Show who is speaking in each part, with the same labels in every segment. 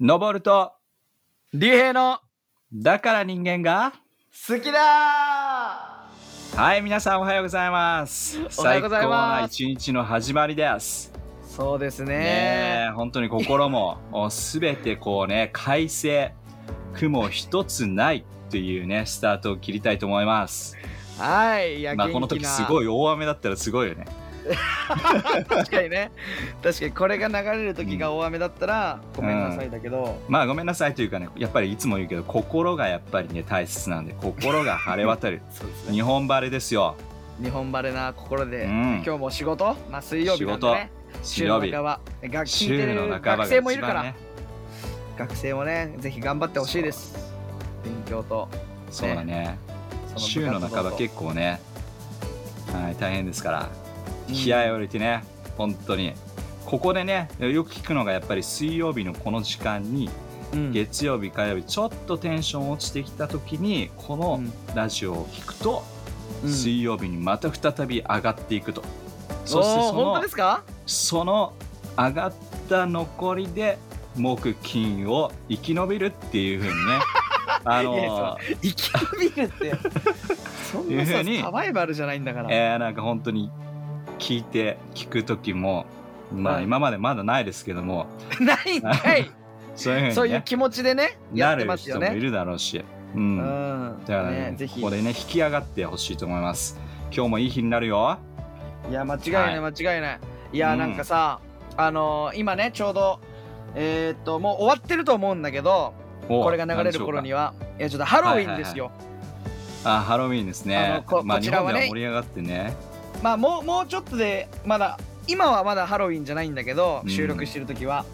Speaker 1: 登ると、
Speaker 2: 竜兵の
Speaker 1: だから人間が。
Speaker 2: 好きだ
Speaker 1: はい、皆さんおはようございます。
Speaker 2: おはようございます
Speaker 1: 最高な一日の始まりです。
Speaker 2: そうですね
Speaker 1: ねえ、本当に心も おすべてこうね、快晴、雲一つないっていうね、スタートを切りたいと思います。
Speaker 2: はいいや、
Speaker 1: まあ、この時すご
Speaker 2: い
Speaker 1: い大雨だったらすごいよね。
Speaker 2: 確かにね確かにこれが流れる時が大雨だったら、ごめんなさいだけど、
Speaker 1: まあごめんなさいというかね、やっぱりいつも言うけど、心がやっぱりね、大切なんで、心が晴れ渡 る。
Speaker 2: そうですね
Speaker 1: 日本晴れですよ。
Speaker 2: 日本晴れな心で、
Speaker 1: うん
Speaker 2: 今日も仕事まあ水曜日なんでね
Speaker 1: 日曜
Speaker 2: 週
Speaker 1: 日
Speaker 2: の。半ば学聞いて
Speaker 1: 週の
Speaker 2: る
Speaker 1: 半ばが
Speaker 2: 学
Speaker 1: 一
Speaker 2: 生もいるから、
Speaker 1: 番ね。
Speaker 2: 学生もねぜひ頑張ってほしいです勉強と
Speaker 1: そうだね。
Speaker 2: そ
Speaker 1: 週の
Speaker 2: 部活動と
Speaker 1: 半ば結構ね、はい、大変ですから、
Speaker 2: うん
Speaker 1: 気合を入れてね、本当に。ここでね、よく聞くのがやっぱり水曜日のこの時間に、
Speaker 2: うん
Speaker 1: 月曜日、火曜日、ちょっとテンション落ちてきた時に、こ
Speaker 2: う
Speaker 1: の
Speaker 2: ん
Speaker 1: ラジオを聞くと、
Speaker 2: うん
Speaker 1: 水曜日にまた再び上がっていくと。
Speaker 2: お
Speaker 1: そ
Speaker 2: お
Speaker 1: して
Speaker 2: ー
Speaker 1: そ
Speaker 2: 本当
Speaker 1: の
Speaker 2: ですか
Speaker 1: その上がった残りで木金を生き延びるっていう ふうにねあ
Speaker 2: いや
Speaker 1: の
Speaker 2: 生き延びるって そんな
Speaker 1: いうふ
Speaker 2: さ
Speaker 1: うに
Speaker 2: サバイバルじゃないんだから、
Speaker 1: えーなんか本当に聞いて聞く時もま
Speaker 2: は
Speaker 1: あ
Speaker 2: い
Speaker 1: 今までまだないですけども
Speaker 2: ないんかい
Speaker 1: そういうふ
Speaker 2: そうう
Speaker 1: に、
Speaker 2: いう
Speaker 1: ね、
Speaker 2: 気持ちでねや
Speaker 1: な
Speaker 2: って
Speaker 1: る
Speaker 2: ますよ
Speaker 1: 人もい
Speaker 2: ね
Speaker 1: るだろうし、う、
Speaker 2: うん
Speaker 1: だ
Speaker 2: ん
Speaker 1: からね
Speaker 2: ねぜひ
Speaker 1: ここでね引き上がってほしいと思います今日もいい日になるよ
Speaker 2: いや間違いない間
Speaker 1: は
Speaker 2: 違いないいや
Speaker 1: うん
Speaker 2: なんかさあのー今ねちょうどえーっともう終わってると思うんだけどこれが流れる頃に
Speaker 1: は
Speaker 2: はいやちょっとハロウィンですよ
Speaker 1: あハロウィンです
Speaker 2: あの
Speaker 1: ね
Speaker 2: こ
Speaker 1: まあ
Speaker 2: こち
Speaker 1: 日
Speaker 2: ら
Speaker 1: 本
Speaker 2: は
Speaker 1: で
Speaker 2: ね
Speaker 1: は盛り上がってね
Speaker 2: まあもうもうちょっとでまだ今はまだハロウィンじゃないんだけど
Speaker 1: うん
Speaker 2: 収録してる時は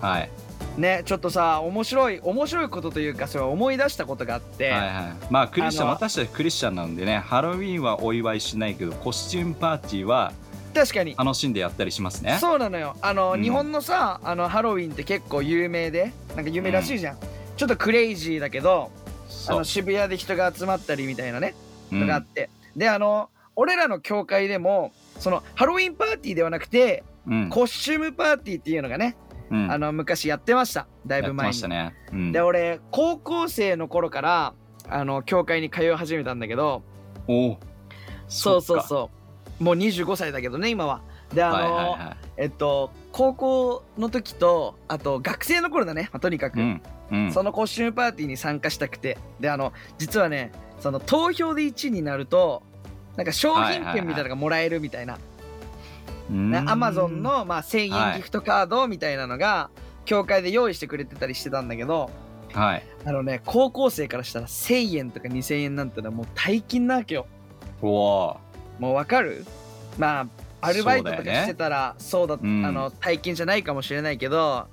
Speaker 1: はい
Speaker 2: ねちょっとさ面白い面白いことというかそれを思い出したことがあって
Speaker 1: はいはい、まあクリスチャン
Speaker 2: あの
Speaker 1: 私たちクリスチャンなんでねハロウィンはお祝いしないけどコスチュームパーティーは
Speaker 2: 確かに
Speaker 1: 楽しんでやったりしますね
Speaker 2: そうなのよあの、
Speaker 1: うん
Speaker 2: 日本のさあのハロウィンって結構有名でなんか有名らしいじゃん、ちょっとクレイジーだけどあ
Speaker 1: そう
Speaker 2: の渋谷で人が集まったりみたいなね
Speaker 1: うん
Speaker 2: のがあって、であの俺らの教会でもそのハロウィンパーティーではなくて
Speaker 1: うん
Speaker 2: コスチュームパーティーっていうのがね、
Speaker 1: うん
Speaker 2: あの昔やってましただい
Speaker 1: や
Speaker 2: ぶ
Speaker 1: って
Speaker 2: 前
Speaker 1: ま
Speaker 2: に
Speaker 1: し、たね、うん
Speaker 2: で俺高校生の頃からあの教会に通い始めたんだけど
Speaker 1: おう
Speaker 2: そうそう
Speaker 1: う
Speaker 2: そうもう25歳だけどね今はであの、
Speaker 1: はいはいは
Speaker 2: えっと高校の時とあと学生の頃だね、まあとにかく、
Speaker 1: いうんうん
Speaker 2: そのコスチュームパーティーに参加したくてであの実はねその投票で1位になるとなんか商品券みたいなのがもらえるみたいな、
Speaker 1: うん
Speaker 2: アマゾンの、まあ、1,000
Speaker 1: は
Speaker 2: 円
Speaker 1: い
Speaker 2: ギフトカードみたいなのが教会で用意してくれてたりしてたんだけど
Speaker 1: はい
Speaker 2: あのね高校生からしたら1,000円とか2,000円なんてのはもう大金なわけよ
Speaker 1: おお
Speaker 2: もうわかるまあアルバイト
Speaker 1: そ
Speaker 2: とか
Speaker 1: うだよね
Speaker 2: してたらそうだ
Speaker 1: うん
Speaker 2: あの大金じゃないかもしれないけど、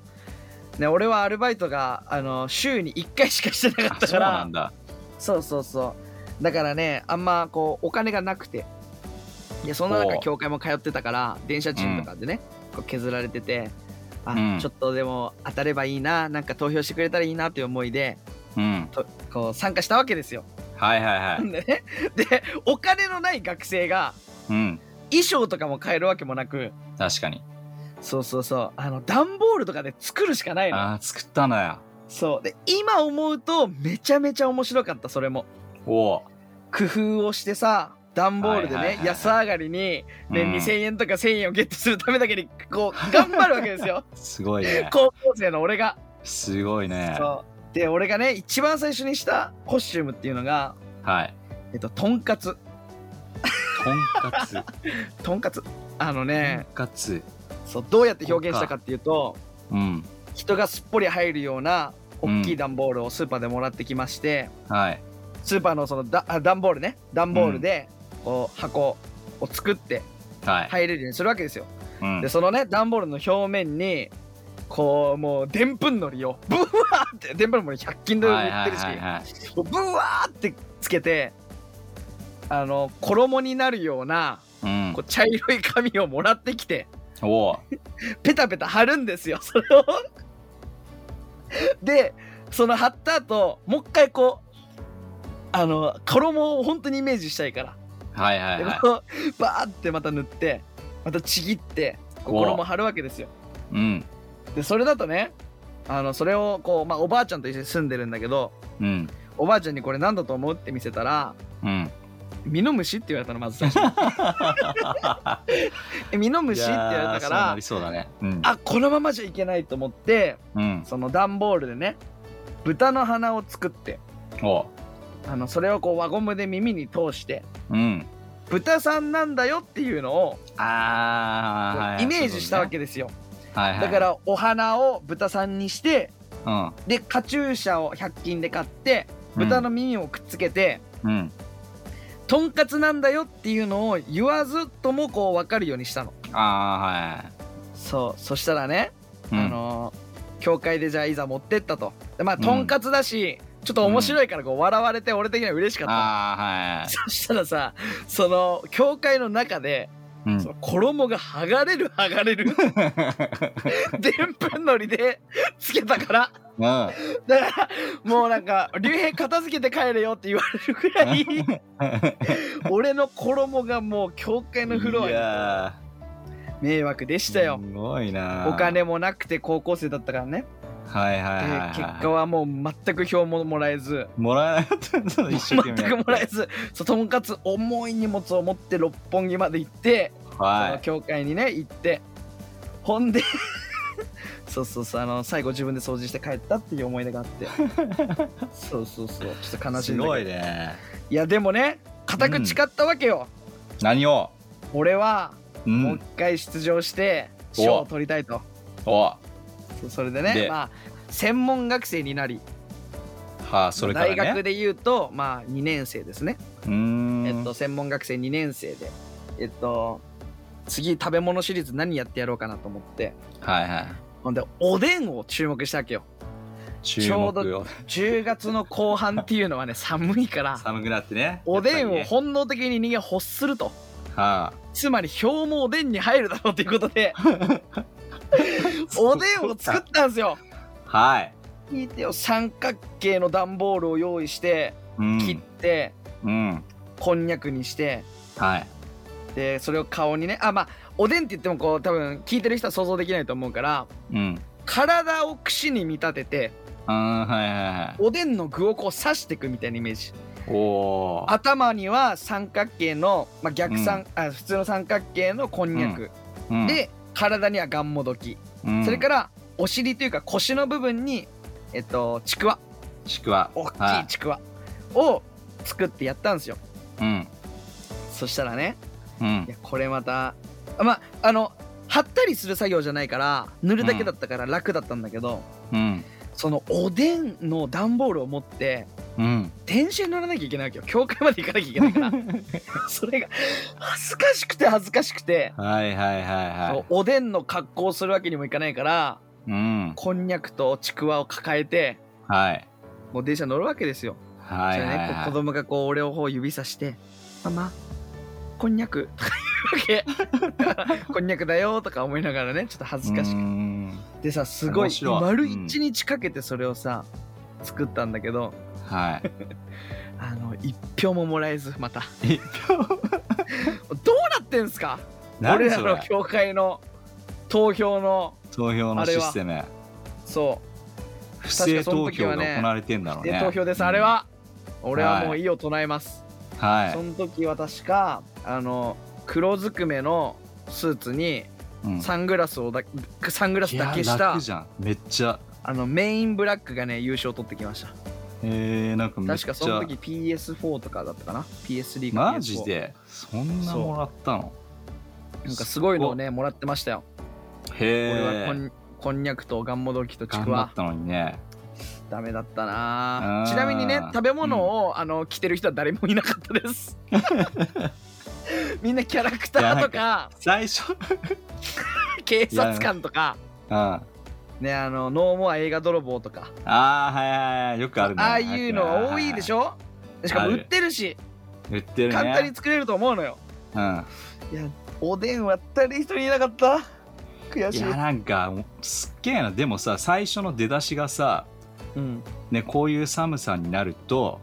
Speaker 2: ね、俺はアルバイトがあの週に1回しかしてなかった
Speaker 1: そ
Speaker 2: か
Speaker 1: うな
Speaker 2: ら
Speaker 1: んだ
Speaker 2: そうそうそうだからねあんまこうお金がなくていやそんな中
Speaker 1: おう
Speaker 2: 教会も通ってたから電車賃とかでね、こう削られててあ、
Speaker 1: うん
Speaker 2: ちょっとでも当たればいいななんか投票してくれたらいいなという思いで
Speaker 1: うん
Speaker 2: とこう参加したわけですよ。
Speaker 1: はいはいは
Speaker 2: ないんでねでお金のない学生が
Speaker 1: うん
Speaker 2: 衣装とかも買えるわけもなく
Speaker 1: 確かに
Speaker 2: そうそうそうあの段ボールとかで作るしかないの
Speaker 1: ああ作ったのや
Speaker 2: そうで今思うとめちゃめちゃ面白かったそれも
Speaker 1: おお
Speaker 2: 工夫をしてさ段ボールで
Speaker 1: はいはい
Speaker 2: ね
Speaker 1: はい
Speaker 2: 安上がりに、ね
Speaker 1: うん
Speaker 2: 2,000円とか1,000円をゲットするためだけにこ う頑張るわけですよ
Speaker 1: すごいね
Speaker 2: 高校生の俺が、
Speaker 1: すごいね
Speaker 2: そうで俺がね一番最初にしたコスチュームっていうのが
Speaker 1: はい
Speaker 2: えっととんかつ
Speaker 1: とんかつと
Speaker 2: とんかつあの
Speaker 1: ん
Speaker 2: ね、
Speaker 1: かつ
Speaker 2: そうどうやって表現したかっていうと
Speaker 1: うん
Speaker 2: 人がすっぽり入るような大
Speaker 1: う
Speaker 2: きい
Speaker 1: ん
Speaker 2: 段ボールをスーパーでもらってきまして、
Speaker 1: はい
Speaker 2: スーパーのそのだあ段ボールね段ボールでこう箱を作って
Speaker 1: はい、
Speaker 2: 入れるようにするわけですよ、
Speaker 1: うん
Speaker 2: でそのね段ボールの表面にこうもうでんぷんのりをブワーってでんぷんのり100均で売ってるし
Speaker 1: はいはいはいはい
Speaker 2: もうブワーってつけてあの衣になるような
Speaker 1: うん
Speaker 2: こう茶色い紙をもらってきて
Speaker 1: おお
Speaker 2: ペタペタ貼るんですよ それをでその貼った後もう一回こうあの衣を本当にイメージしたいから
Speaker 1: はいはい
Speaker 2: で
Speaker 1: はい
Speaker 2: こうバーってまた塗ってまたちぎってこう
Speaker 1: お
Speaker 2: 衣貼るわけですよ
Speaker 1: うん
Speaker 2: でそれだとねあのそれをこう、まあ、おばあちゃんと一緒に住んでるんだけど
Speaker 1: うん
Speaker 2: おばあちゃんにこれ何だと思うって見せたら
Speaker 1: うん
Speaker 2: ミノムシって言われたのまず最初 えミノムシって言われたか
Speaker 1: いやーそうな
Speaker 2: ら
Speaker 1: りそうだねうん
Speaker 2: あこのままじゃいけないと思って
Speaker 1: うん
Speaker 2: その段ボールでね豚の鼻を作って
Speaker 1: お
Speaker 2: あのそれをこう輪ゴムで耳に通して
Speaker 1: うん
Speaker 2: 豚さんなんだよっていうのを
Speaker 1: あー、はい
Speaker 2: イメージしたわ、けですよ、
Speaker 1: はいはい、
Speaker 2: だからお花を豚さんにして
Speaker 1: ら
Speaker 2: でカチューシャを100均で買って豚の耳をくっつけて、
Speaker 1: うん、うん、
Speaker 2: とんかつなんだよっていうのを言わずともこう分かるようにしたの
Speaker 1: あ
Speaker 2: そうそしたらね、
Speaker 1: ーはい、うん、
Speaker 2: あのー教会でじゃあいざ持ってったとでまあとんかつだし、ちょっと面白いからこう笑われて俺的には嬉しかった、
Speaker 1: あ
Speaker 2: そしたらさその教会の中で、
Speaker 1: ーはい、うん
Speaker 2: その衣が剥がれる剥がれる でんぷんのりでつけたから
Speaker 1: うん
Speaker 2: だからもうなんか「竜兵片付けて帰れよ」って言われるくらい 俺の衣がもう教会のフロア
Speaker 1: い
Speaker 2: に
Speaker 1: や
Speaker 2: 迷惑で
Speaker 1: ー
Speaker 2: したよ
Speaker 1: すごいな
Speaker 2: お金もなくて高校生だったからね
Speaker 1: はいはい
Speaker 2: で
Speaker 1: はい、はい、
Speaker 2: 結果はもう全く票ももらえず
Speaker 1: もらえなかったんだ一生懸
Speaker 2: 全
Speaker 1: 命やって
Speaker 2: くもらえずそうとんかつ重い荷物を持って六本木まで行って、その
Speaker 1: は
Speaker 2: 教会にね行ってほんで そうそうそうあの最後自分で掃除して帰ったっていう思い出があって そうそうそうちょっと
Speaker 1: い
Speaker 2: 悲しい
Speaker 1: す
Speaker 2: んだけど
Speaker 1: ごいね
Speaker 2: いやでもね固く誓ったわけよ、
Speaker 1: 何を
Speaker 2: 俺は
Speaker 1: う
Speaker 2: もう一
Speaker 1: ん
Speaker 2: 回出場して賞を取りたいと、
Speaker 1: お
Speaker 2: そうそれでね
Speaker 1: で
Speaker 2: まあ専門学生になり、
Speaker 1: はあそれからね
Speaker 2: 大学で言うとまあ2年生ですね、
Speaker 1: うーん
Speaker 2: えっと専門学生2年生でえっと次食べ物シリーズ何やってやろうかなと思って
Speaker 1: はいはい
Speaker 2: ほんでおでんを注目したわけよ
Speaker 1: 注
Speaker 2: ょう
Speaker 1: 目
Speaker 2: ど
Speaker 1: を
Speaker 2: 10月の後半っていう のはね寒いから
Speaker 1: 寒くなってね
Speaker 2: おでんを
Speaker 1: やっぱ
Speaker 2: 本能的に人間欲すると
Speaker 1: りねは
Speaker 2: つまり表もおでんに入るだろうということでおでんを作ったんですよ
Speaker 1: あはい
Speaker 2: 聞いてよ三角形の段ボールを用意して
Speaker 1: うん
Speaker 2: 切って、
Speaker 1: うん
Speaker 2: こんにゃくにして
Speaker 1: はい
Speaker 2: でそれを顔にねあまあおでんって言ってもこう多分聞いてる人は想像できないと思うから
Speaker 1: うん
Speaker 2: 体を串に見立てて
Speaker 1: あーはいはいはい
Speaker 2: おでんの具をこう刺していくみたいなイメージ
Speaker 1: おー
Speaker 2: 頭には三角形の、まあ、逆三、あ普通の三角形のこんにゃく、
Speaker 1: うん
Speaker 2: で体にはがんもどき、
Speaker 1: うん
Speaker 2: それからお尻というか腰の部分にえっとちくわ
Speaker 1: ちくわ
Speaker 2: 大き
Speaker 1: はい
Speaker 2: ちくわを作ってやったんですよ
Speaker 1: うん
Speaker 2: そしたらね
Speaker 1: うん
Speaker 2: いやこれまたあまああの貼ったりする作業じゃないから塗るだけだったから楽だったんだけど、
Speaker 1: うん
Speaker 2: そのおでんの段ボールを持って
Speaker 1: うん
Speaker 2: 電車に乗らなきゃいけないわけよ教会まで行かなきゃいけな いからそれが恥ずかしくて恥ずかしくて、
Speaker 1: はいはいはい
Speaker 2: そ
Speaker 1: は
Speaker 2: うおでんの格好をするわけにもいかないから
Speaker 1: いうん
Speaker 2: こんにゃくとちくわを抱えて
Speaker 1: はい
Speaker 2: もう電車乗るわけですよ
Speaker 1: はいはい
Speaker 2: それねこ
Speaker 1: は
Speaker 2: 子供がこう俺をこう指さして「ママこんにゃく」 とか言うわけこんにゃくだよとか思いながらねちょっと
Speaker 1: い
Speaker 2: 恥ずかし
Speaker 1: うー
Speaker 2: く
Speaker 1: ん
Speaker 2: てさすごい
Speaker 1: 面白い
Speaker 2: 丸
Speaker 1: うん
Speaker 2: 一日かけてそれをさ作ったんだけど
Speaker 1: はい
Speaker 2: あの一票ももらえずまた
Speaker 1: 一票
Speaker 2: どうなってんすか俺
Speaker 1: 何
Speaker 2: ら
Speaker 1: そ
Speaker 2: の
Speaker 1: れ
Speaker 2: 教会の投票の
Speaker 1: 投票のシステム
Speaker 2: そ
Speaker 1: 不正投票が
Speaker 2: 確かその時はね
Speaker 1: 行われてんだろ
Speaker 2: う
Speaker 1: うね
Speaker 2: で投票です
Speaker 1: うん
Speaker 2: あれは俺はもう異を唱えます
Speaker 1: は
Speaker 2: その時は確かあの黒ずくめのスーツに
Speaker 1: いうん
Speaker 2: サングラスをだサングラスだけし
Speaker 1: いや
Speaker 2: た
Speaker 1: 楽じゃんめっちゃ
Speaker 2: あのメインブラックがね優勝取ってきました
Speaker 1: えー、なんかめっ
Speaker 2: 確
Speaker 1: ちゃ
Speaker 2: かその時 PS4 とかだったかな PS3 か PS4
Speaker 1: マジでそんなもらったの
Speaker 2: なんかすごいのをねもらってましたよ、俺は
Speaker 1: へ
Speaker 2: こ
Speaker 1: え
Speaker 2: んこんにゃくとガンモドキとち
Speaker 1: 頑
Speaker 2: く
Speaker 1: 張
Speaker 2: わ
Speaker 1: ったのにね
Speaker 2: ダメだったな
Speaker 1: あー
Speaker 2: ちなみにね食べ物を、あの着てる人は誰もいなかったです みんなキャラクターとか
Speaker 1: 最初
Speaker 2: 警察官とか
Speaker 1: うんあ
Speaker 2: ねあのノーモア映画泥棒とか
Speaker 1: あーはいはいはいよくあるね
Speaker 2: ああいうのは多いでし
Speaker 1: ょ
Speaker 2: ょしかも売ってるし
Speaker 1: 言ってるね
Speaker 2: 簡単に作れると思うのよ
Speaker 1: うん
Speaker 2: いやおでんは誰一人いなかった悔
Speaker 1: い
Speaker 2: しい
Speaker 1: やなんかすっげえなでもさ最初の出だしがさ
Speaker 2: うん
Speaker 1: ねこういう寒さになると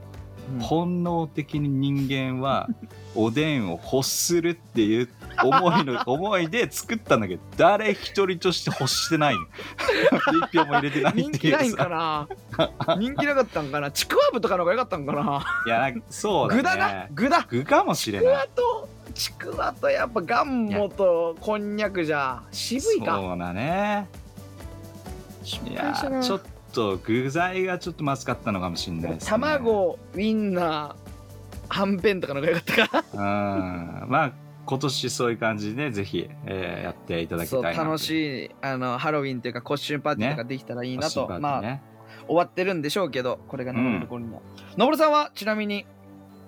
Speaker 2: うん
Speaker 1: 本能的に人間はおでんを欲するっていう思い の思いで作ったんだけど誰一人として欲してない の一票も入れてない
Speaker 2: 人
Speaker 1: って
Speaker 2: 気
Speaker 1: い
Speaker 2: な
Speaker 1: う
Speaker 2: いんか
Speaker 1: さ
Speaker 2: な人気なかったんかなちくわぶとかの方が良かったんかな、
Speaker 1: いやなんかそうだね
Speaker 2: 具だな具だ
Speaker 1: 具かもしれ
Speaker 2: ちく
Speaker 1: ない
Speaker 2: わとちくわとやっぱガンモとこんにゃくじゃ渋いか
Speaker 1: そうだねい
Speaker 2: 敗したな
Speaker 1: やちょっと具材がちょっとまずかったのかもしれないです、ね、
Speaker 2: 卵ウインナーはんぺんとかの方が良かったか
Speaker 1: うんまあ今年そういう感じでぜひ、えーやっていただきた
Speaker 2: そ
Speaker 1: いうな
Speaker 2: 楽
Speaker 1: い
Speaker 2: しいあのハロウィンというかコスチュームパーティーとかできたらいいなと、まあ終わってるんでしょうけどこれが残るところには、のぼるさんはちなみに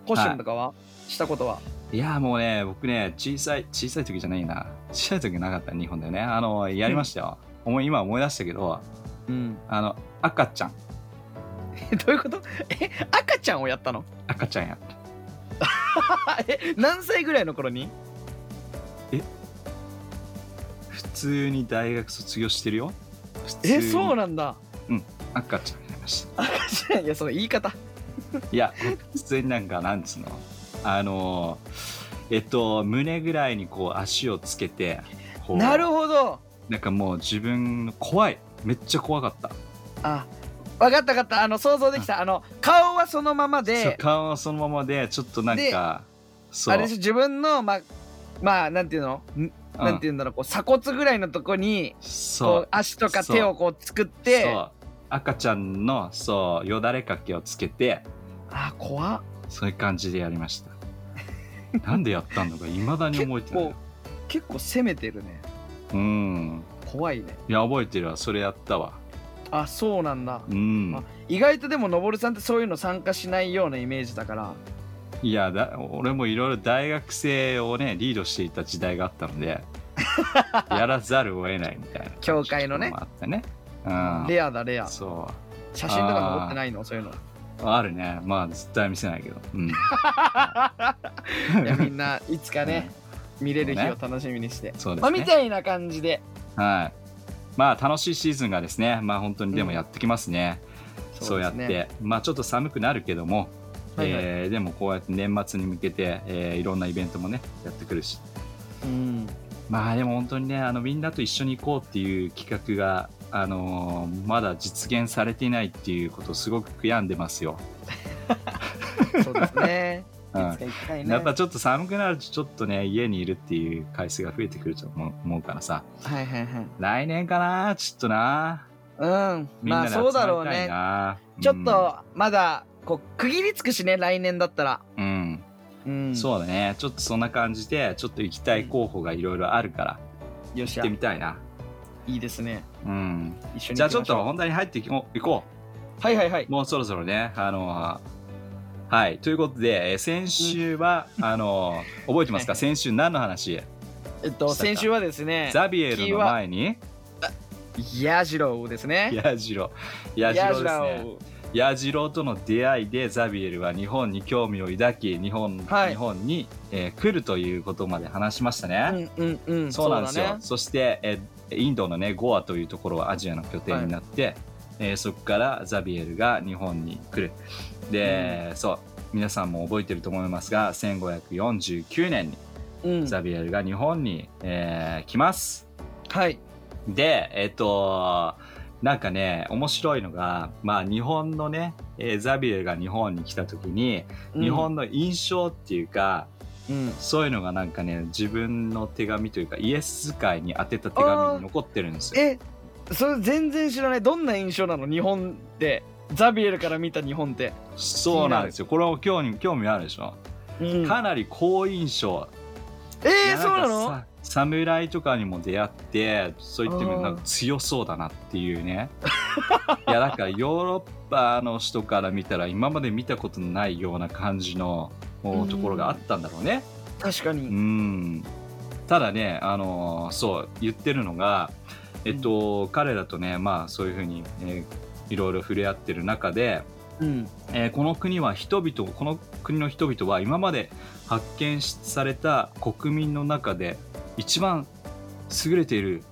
Speaker 2: コスチュームとかは、したことはい
Speaker 1: やもうね僕ね小さい小さい時じゃないな小さい時なかった日本でねあのやりましたよ、思い今思い出したけど
Speaker 2: うん
Speaker 1: あの赤ちゃん
Speaker 2: どういうことえ赤ちゃんをやったの
Speaker 1: 赤ちゃんやった
Speaker 2: え何歳ぐらいの頃に
Speaker 1: 普通に大学卒業してるよ普通に
Speaker 2: えそうなんだ
Speaker 1: 赤ちゃんやりました
Speaker 2: いやその言い方
Speaker 1: いや普通になんかなんつうのあのえっと胸ぐらいにこう足をつけてこう
Speaker 2: なるほど
Speaker 1: なんかもう自分の怖いめっちゃ怖かった
Speaker 2: あ分かった分かったあの想像できたあの顔はそのまま
Speaker 1: そう
Speaker 2: で
Speaker 1: 顔はそのままでちょっとなんかそう
Speaker 2: あれでしょ自分のまあまあなんていうの、ん
Speaker 1: うん
Speaker 2: なんていうんだろうこう鎖骨ぐらいのとこに
Speaker 1: そ
Speaker 2: こ
Speaker 1: う
Speaker 2: う足とか
Speaker 1: そう
Speaker 2: 手をこう作って
Speaker 1: そう赤ちゃんのそうよだれかけをつけて
Speaker 2: あ怖っ
Speaker 1: そういう感じでやりま したなんでやったのかいまだに
Speaker 2: 結
Speaker 1: 覚えてない
Speaker 2: 構結構攻めてるね
Speaker 1: うん
Speaker 2: 怖いね
Speaker 1: いや覚えてるわそれやったわ
Speaker 2: あそうなんだ
Speaker 1: うん
Speaker 2: あ意外とでものぼるさんってそういうの参加しないようなイメージだから
Speaker 1: いやだ俺もいろいろ大学生をねリードしていた時代があったの でやらざるを得ないみたいな
Speaker 2: 教会のね
Speaker 1: あったねうん
Speaker 2: レアだレア
Speaker 1: そう
Speaker 2: 写真とか残ってないのそういうの
Speaker 1: あるねまあ絶対見せないけどうん
Speaker 2: いやみんないつか ね、見れる日を楽しみにして、
Speaker 1: そうで
Speaker 2: ますあみ
Speaker 1: ね
Speaker 2: たいな感じで
Speaker 1: はいまあ楽しいシーズンがですねまあ本当にでもやってきますね、そう
Speaker 2: で
Speaker 1: やっ
Speaker 2: すね
Speaker 1: てまあちょっと寒くなるけども、
Speaker 2: はいはい
Speaker 1: えーでもこうやって年末に向けて、えーいろんなイベントもねやってくるし
Speaker 2: うん
Speaker 1: まあでも本当にねあのみんなと一緒に行こうっていう企画が、あのーまだ実現されていないっていうことをすごく悔やんでますよ。
Speaker 2: そうですね
Speaker 1: う
Speaker 2: いつ
Speaker 1: ん
Speaker 2: か行きたいね
Speaker 1: やっぱちょっと寒くなるとちょっとね家にいるっていう回数が増えてくると思う思うからさ
Speaker 2: はいはいはい
Speaker 1: 来年かなちょっとな
Speaker 2: うん
Speaker 1: みんなで
Speaker 2: まあ
Speaker 1: 集ま
Speaker 2: そうだろう
Speaker 1: りたい
Speaker 2: ね
Speaker 1: な、
Speaker 2: ちょっとまだこう区切りつくしね来年だったら
Speaker 1: うん、うん
Speaker 2: うん
Speaker 1: そうだねちょっとそんな感じでちょっと行きたい候補がいろいろあるから
Speaker 2: うよっし
Speaker 1: 行っ
Speaker 2: ゃ
Speaker 1: てみたいな、
Speaker 2: いいですね
Speaker 1: うん、
Speaker 2: 一緒に
Speaker 1: じゃあちょっと
Speaker 2: 行きまし
Speaker 1: 本題に入っていこう行こう
Speaker 2: ょうはいはいはい
Speaker 1: もうそろそろね、あのーはい、ということで、えー先週は、あのー覚えてます か、先週何の話、
Speaker 2: えっと先週はですね
Speaker 1: ザビエルの前に、
Speaker 2: ヤジロウですね
Speaker 1: ヤジロ、ヤジロです
Speaker 2: ヤ
Speaker 1: ね。ヤジロとの出会いで、ザビエルは日本に興味を抱き、日本,、
Speaker 2: はい
Speaker 1: 日本に、えー来るということまで話しました
Speaker 2: う
Speaker 1: ね。
Speaker 2: んうんうん
Speaker 1: そうなんですよ。
Speaker 2: だ
Speaker 1: そ
Speaker 2: ね
Speaker 1: して、えーインドのね、ゴアというところはアジアの拠点になって、えーそこからザビエルが日本に来る。で、そう、皆さんも覚えてると思いますが、1549年に
Speaker 2: うん
Speaker 1: ザビエルが日本に、えー来ます。
Speaker 2: はい
Speaker 1: で、えっ、と、なんかね、面白いのが、まあ、日本のね、えーザビエルが日本に来た時に、
Speaker 2: うん
Speaker 1: 日本の印象っていうか、
Speaker 2: うん
Speaker 1: そういうのがなんかね自分の手紙というかイエス会に宛てた手紙に残ってるんですよ。
Speaker 2: えそれ全然知らないどんな印象なの日本ってザビエルから見た日本って、
Speaker 1: そうなんですよ。これも興味興味あるでしょ。
Speaker 2: うん
Speaker 1: かなり好印象。い
Speaker 2: え
Speaker 1: や
Speaker 2: ー、そうな
Speaker 1: なん
Speaker 2: の
Speaker 1: かさ侍とかにも出会ってそう言ってみる
Speaker 2: あ
Speaker 1: とな
Speaker 2: ー
Speaker 1: んか強そうだなっていうね。いやだからヨーロッパの人から見たら今まで見たことのないような感じのもうところがあったんだろうね。
Speaker 2: 確か
Speaker 1: う
Speaker 2: に
Speaker 1: んただね、あのーそう言ってるのが、えっと彼らとね、まあ、そういうふうに、えーいろいろ触れ合ってる中で、
Speaker 2: うん
Speaker 1: えーこの国は人々この国の人々は今まで発見しされた国民の中で一番優れている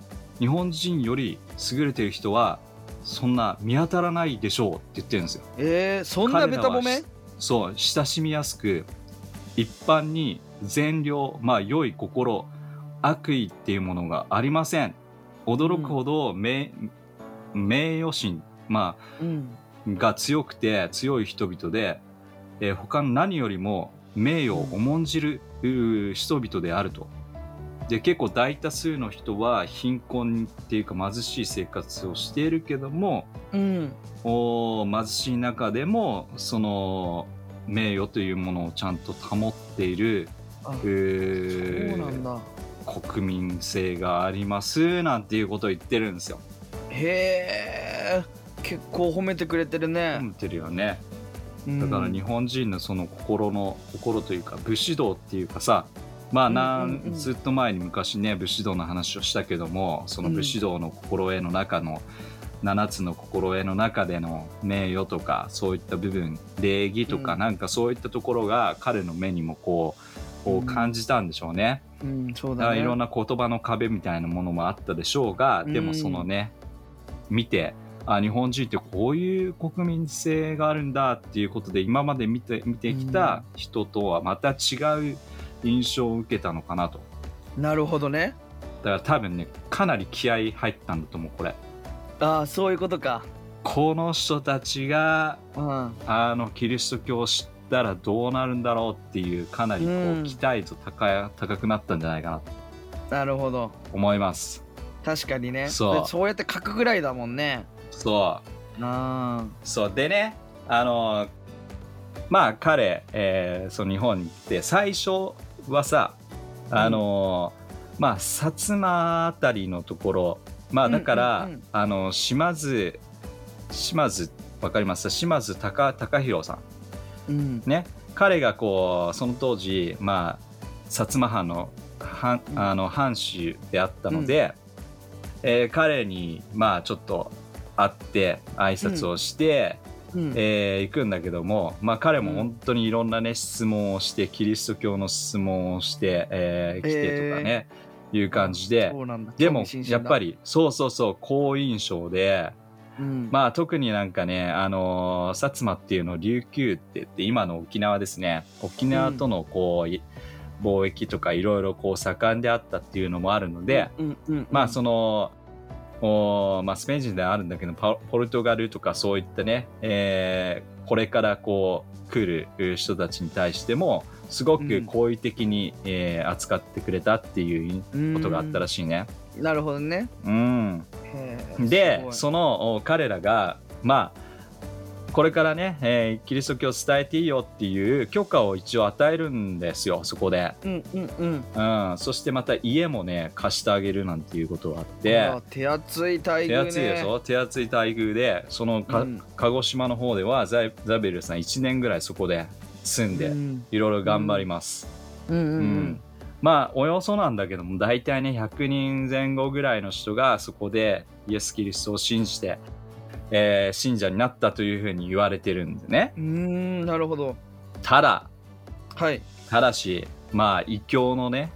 Speaker 1: 日本人より優れている人はそんな見当たらないでしょうって言ってるんですよ。
Speaker 2: えー、そんなベタ褒
Speaker 1: 彼らは
Speaker 2: め
Speaker 1: しそう親しみやすく一般に善良まあ良い心悪意っていうものがありません驚くほど名,、名誉心、まあ、
Speaker 2: うん。
Speaker 1: が強くて強い人々で、えー他の何よりも名誉を重んじるうー人々であると。で結構大多数の人は貧困っていうか貧しい生活をしているけども
Speaker 2: うん。
Speaker 1: おー貧しい中でもその名誉というものをちゃんと保っている
Speaker 2: あ
Speaker 1: うー
Speaker 2: そうなんだ。
Speaker 1: 国民性がありますなんていうことを言ってるんですよ。
Speaker 2: へえ。結構褒めてくれてる
Speaker 1: 言
Speaker 2: ね。
Speaker 1: ってるよね。
Speaker 2: うん
Speaker 1: だから日本人のその心の心というか武士道っていうかさまあな
Speaker 2: うんうんうん
Speaker 1: んずっと前に昔ね武士道の話をしたけどもその武士道の心得の中の7つの心得の中での名誉とかそういった部分礼儀とか
Speaker 2: うん
Speaker 1: なんかそういったところが彼の目にもこうこ
Speaker 2: うん
Speaker 1: う感じたんでしょうね。
Speaker 2: うん、そう
Speaker 1: だか
Speaker 2: だ
Speaker 1: ら
Speaker 2: ね。
Speaker 1: いろんな言葉の壁みたいなものもあったでしょうがで
Speaker 2: うん
Speaker 1: もそのね、見てあ日本人ってこういう国民性があるんだっていうことで今まで見て見てきた人とはまた違う印象を受けたのかなと
Speaker 2: なるほどね。
Speaker 1: だから多分ねかなり気合い入ったんだと思うこれ
Speaker 2: ああ、そういうことか。
Speaker 1: この人たちが
Speaker 2: うん。
Speaker 1: あのキリスト教を知ったらどうなるんだろうっていうかなりこ
Speaker 2: うん
Speaker 1: う期待度高い高くなったんじゃないかなと
Speaker 2: なるほど。
Speaker 1: 思います
Speaker 2: 確かにね。
Speaker 1: そう
Speaker 2: でそうやって書くぐらいだもんね。
Speaker 1: そう
Speaker 2: あ
Speaker 1: そうでねあのまあ彼、えーその日本に来て最初はさあの、まあ薩摩あたりのところまあだから、
Speaker 2: うんうんうん
Speaker 1: あの島津島津わかります島津隆隆弘さ
Speaker 2: あ。うん。
Speaker 1: んね彼がこうその当時まあ薩摩藩の藩
Speaker 2: うん
Speaker 1: あの藩主であったので、えー彼にまあちょっと会って挨拶をして、
Speaker 2: うん。
Speaker 1: えー行くんだけども、まあ、彼も本当にいろんなね質問をしてキリスト教の質問をして、えー来てとかね、いう感じで
Speaker 2: そうなんだ。
Speaker 1: でもやっぱ
Speaker 2: り、
Speaker 1: りそうそうそう好印象で、
Speaker 2: うん、
Speaker 1: まあ、特になんかね、あのー薩摩っていうのを琉球って言って今の沖縄ですね沖縄とのこう、い貿易とかいろいろこう盛んであったっていうのもあるので、
Speaker 2: うんうんうん、
Speaker 1: まあそ
Speaker 2: の、
Speaker 1: のおーまあ、スペイン人ではあるんだけどパポルトガルとかそういったね、えーこれからこう来る人たちに対してもすご
Speaker 2: う
Speaker 1: く
Speaker 2: ん
Speaker 1: 好意的に、えー扱ってくれたっていうことがあったら
Speaker 2: し
Speaker 1: しいね。
Speaker 2: い。なるほどね。
Speaker 1: うん、
Speaker 2: へー
Speaker 1: ですそのお彼らがまあこれからね、えーキリスト教を伝えていいよっていう許可を一応与えるんですよそこで、
Speaker 2: ごいうんうんうん。
Speaker 1: うん、そしてまた家もね貸してあげるなんていうことがあって。
Speaker 2: あら手厚い待遇ね。
Speaker 1: 手厚いでしょ手厚い待遇でそのか、
Speaker 2: うん
Speaker 1: 鹿児島の方ではザイザベルさん1年ぐらいそこで住んで、
Speaker 2: うん
Speaker 1: いろいろ頑張ります、
Speaker 2: うんうんう
Speaker 1: うん
Speaker 2: ん。
Speaker 1: まあおよそなんだけども大体ね100人前後ぐらいの人がそこでイエス・キリストを信じて、えー信者になったというふうに言われてるんでね
Speaker 2: うーんなるほど。
Speaker 1: ただ
Speaker 2: はい。
Speaker 1: ただしまあ異教のね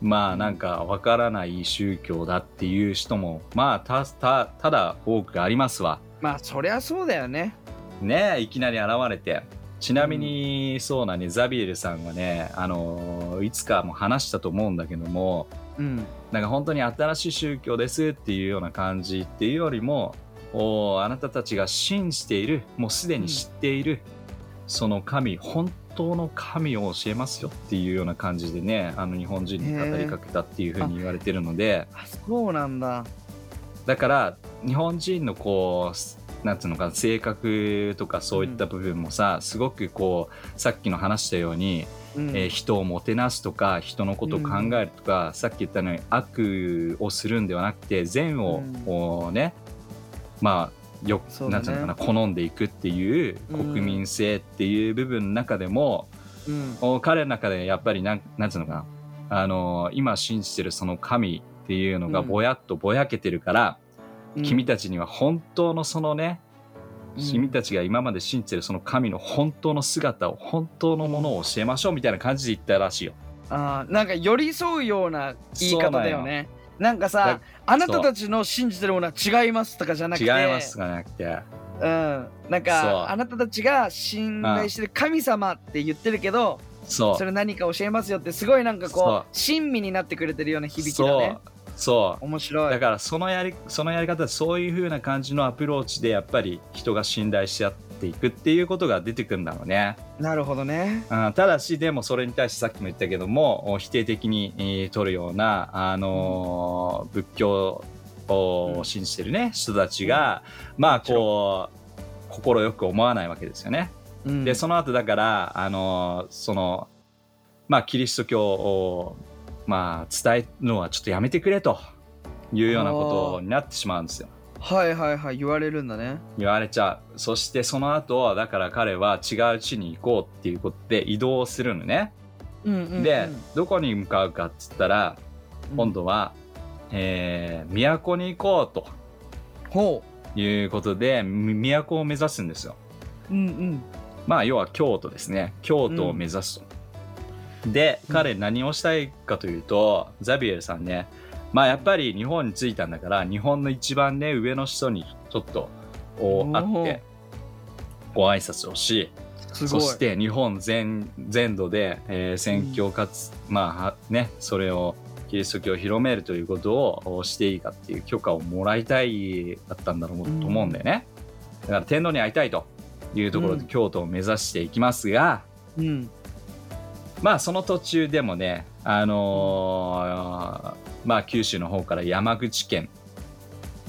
Speaker 1: まあなんかわからない宗教だっていう人もまあたたただ多くありますわ
Speaker 2: まあそりゃそうだよね。
Speaker 1: ねえいきなり現れてちなみに、そうなねザビエルさんはねあのーいつかも話したと思うんだけども
Speaker 2: うん。
Speaker 1: なんか本当に新しい宗教ですっていうような感じっていうよりもおーあなたたちが信じているもうすでに知っている、その神本当の神を教えますよっていうような感じでねあの日本人に語りかけたっていうふうに言われてるので
Speaker 2: あそうなんだ。
Speaker 1: だから日本人のこうなんつうのかな性格とかそういった部分もさ、すごくこうさっきの話したように、
Speaker 2: うん
Speaker 1: えー人をもてなすとか人のことを考えるとか、さっき言ったように悪をするんではなくて善を
Speaker 2: うん
Speaker 1: こうね、まあよ
Speaker 2: そうだ
Speaker 1: なん
Speaker 2: ね
Speaker 1: つうのかな好んでいくっていう国民性っていう部分の中でも、
Speaker 2: うん
Speaker 1: お彼の中でやっぱりなんなんつうのかなあのー今信じてるその神っていうのが
Speaker 2: うん
Speaker 1: ぼやっとぼやけてるから。
Speaker 2: うん
Speaker 1: 君たちには本当のそのね、
Speaker 2: うん
Speaker 1: 君たちが今まで信じてるその神の本当の姿を本当のものを教えましょうみたいな感じで言ったらしいよ。
Speaker 2: あーなんか寄り添うような言い方だよね。なんかさ
Speaker 1: だ
Speaker 2: あなたたちの信じてるものは違いますとかじゃなく
Speaker 1: 違
Speaker 2: て
Speaker 1: いますとかなくて。
Speaker 2: うん、なん
Speaker 1: そう
Speaker 2: かあなたたちが信頼してる神様って言ってるけど、
Speaker 1: そう
Speaker 2: それ何か教えますよってすごいなんかこ
Speaker 1: そう
Speaker 2: 親身になってくれてるような響きだ
Speaker 1: そ
Speaker 2: ね
Speaker 1: うそう
Speaker 2: 面白い
Speaker 1: だからそのやりそのやり方そういう風な感じのアプローチでやっぱり人が信頼し合っていくっていうことが出てくるんだろうね、
Speaker 2: なるほどね
Speaker 1: うん、ただしでもそれに対してさっきも言ったけども否定的にえー取るような、あのー仏教を
Speaker 2: うん
Speaker 1: 信じてるね人たちが、まあこう快く思わないわけですよね。
Speaker 2: うん
Speaker 1: でその後だからあのーそのまあキリスト教をまあ伝えるのはちょっとやめてくれというようなことになってしまうんですよ
Speaker 2: はいはいはい言われるんだね
Speaker 1: 言われちゃうそしてその後はだから彼は違う地に行こうっていうことで移動するのね、
Speaker 2: うんうん、うん、
Speaker 1: でどこに向かうかっつったら今度は、えー都に行こう
Speaker 2: ほ
Speaker 1: ということでみ都を目指すんですよ
Speaker 2: ううんうん
Speaker 1: まあ要は京都ですね京都を目指すと、で
Speaker 2: うん
Speaker 1: 彼何をしたいかというと、ザビエルさんねまあやっぱり日本に着いたんだから日本の一番ね上の人にちょっとお
Speaker 2: お
Speaker 1: 会
Speaker 2: ー
Speaker 1: ってご挨拶をし
Speaker 2: すご
Speaker 1: そ
Speaker 2: い
Speaker 1: して日本全全土で、えー宣教かつ、まあはねそれをキリスト教を広めるということをおしていいかっていう許可をもらいたいだったんだろうと思うんだよね、だから天皇に会いたいというところ
Speaker 2: う
Speaker 1: で
Speaker 2: ん
Speaker 1: 京都を目指していきますが、
Speaker 2: うん
Speaker 1: まあその途中でもねあのーまあ九州の方から山口県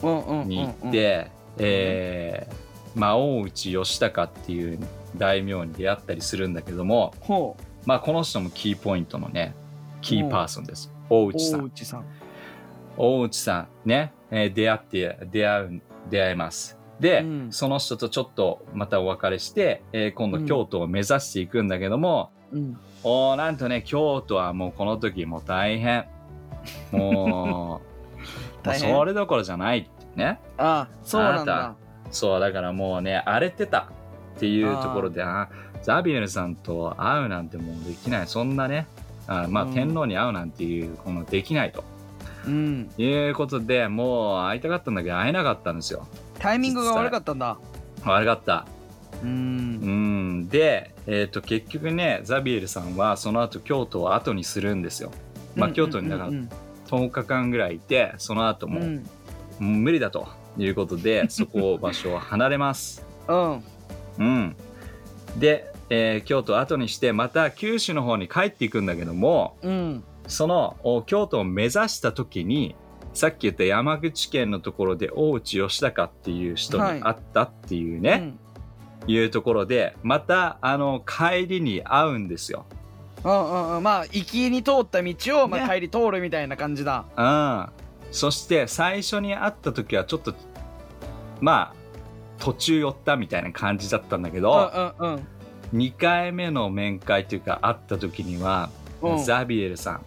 Speaker 2: うんうんうん
Speaker 1: に行
Speaker 2: うん
Speaker 1: って、えーまあ大内義高っていう大名に出会ったりするんだけども、
Speaker 2: ほう
Speaker 1: まあ、この人もキーポイントのね、キーパーソンです。大内さ
Speaker 2: 大
Speaker 1: ん。
Speaker 2: 内さん
Speaker 1: 大内さんね、えー出会って、出会う、出会います。で、
Speaker 2: うん
Speaker 1: その人とちょっとまたお別れして、えー今度京都を目指していくんだけども、
Speaker 2: うん
Speaker 1: おーなんとね、京都はもうこの時もう大変。 もう、
Speaker 2: 大変
Speaker 1: もうそれどころじゃないってね。
Speaker 2: ああそうなん
Speaker 1: あ
Speaker 2: だ
Speaker 1: なそう、だからもうね、荒れてたっていうところで、あザビエルさんと会うなんてもうできない。そんなね、あまあ、
Speaker 2: うん
Speaker 1: 天皇に会うなんていう、このできないと
Speaker 2: うん
Speaker 1: いうことで、もう会いたかったんだけど、会えなかったんですよ。
Speaker 2: タイミングが悪かったんだ
Speaker 1: 悪かった。
Speaker 2: う
Speaker 1: うんん。で、えっ、と、結局ね、ザビエルさんはその後、京都を後にするんですよ。まあ、京都にだから
Speaker 2: うん
Speaker 1: 10日間ぐらいいて、その後
Speaker 2: うん
Speaker 1: も、
Speaker 2: う
Speaker 1: も
Speaker 2: ん
Speaker 1: う無理だということで、そこを場所を離れます。
Speaker 2: うんうん
Speaker 1: うん、で、えー京都を後にしてまた九州の方に帰っていくんだけども
Speaker 2: うん
Speaker 1: そのお京都を目指した時にさっき言った山口県のところで大内義高っていう人に会ったっていう
Speaker 2: う
Speaker 1: ね、
Speaker 2: ん
Speaker 1: い、うところでまたあの帰りに会うんですよ。
Speaker 2: うんうんうんまあ行きに通った道を、まあ、
Speaker 1: ね
Speaker 2: 帰り通るみたいな感じだ、
Speaker 1: うん、そして最初に会った時はちょっとまあ途中寄ったみたいな感じだったんだけど、
Speaker 2: うんうん
Speaker 1: 二2回目の面会というか会った時には、
Speaker 2: うん
Speaker 1: ザビエルさん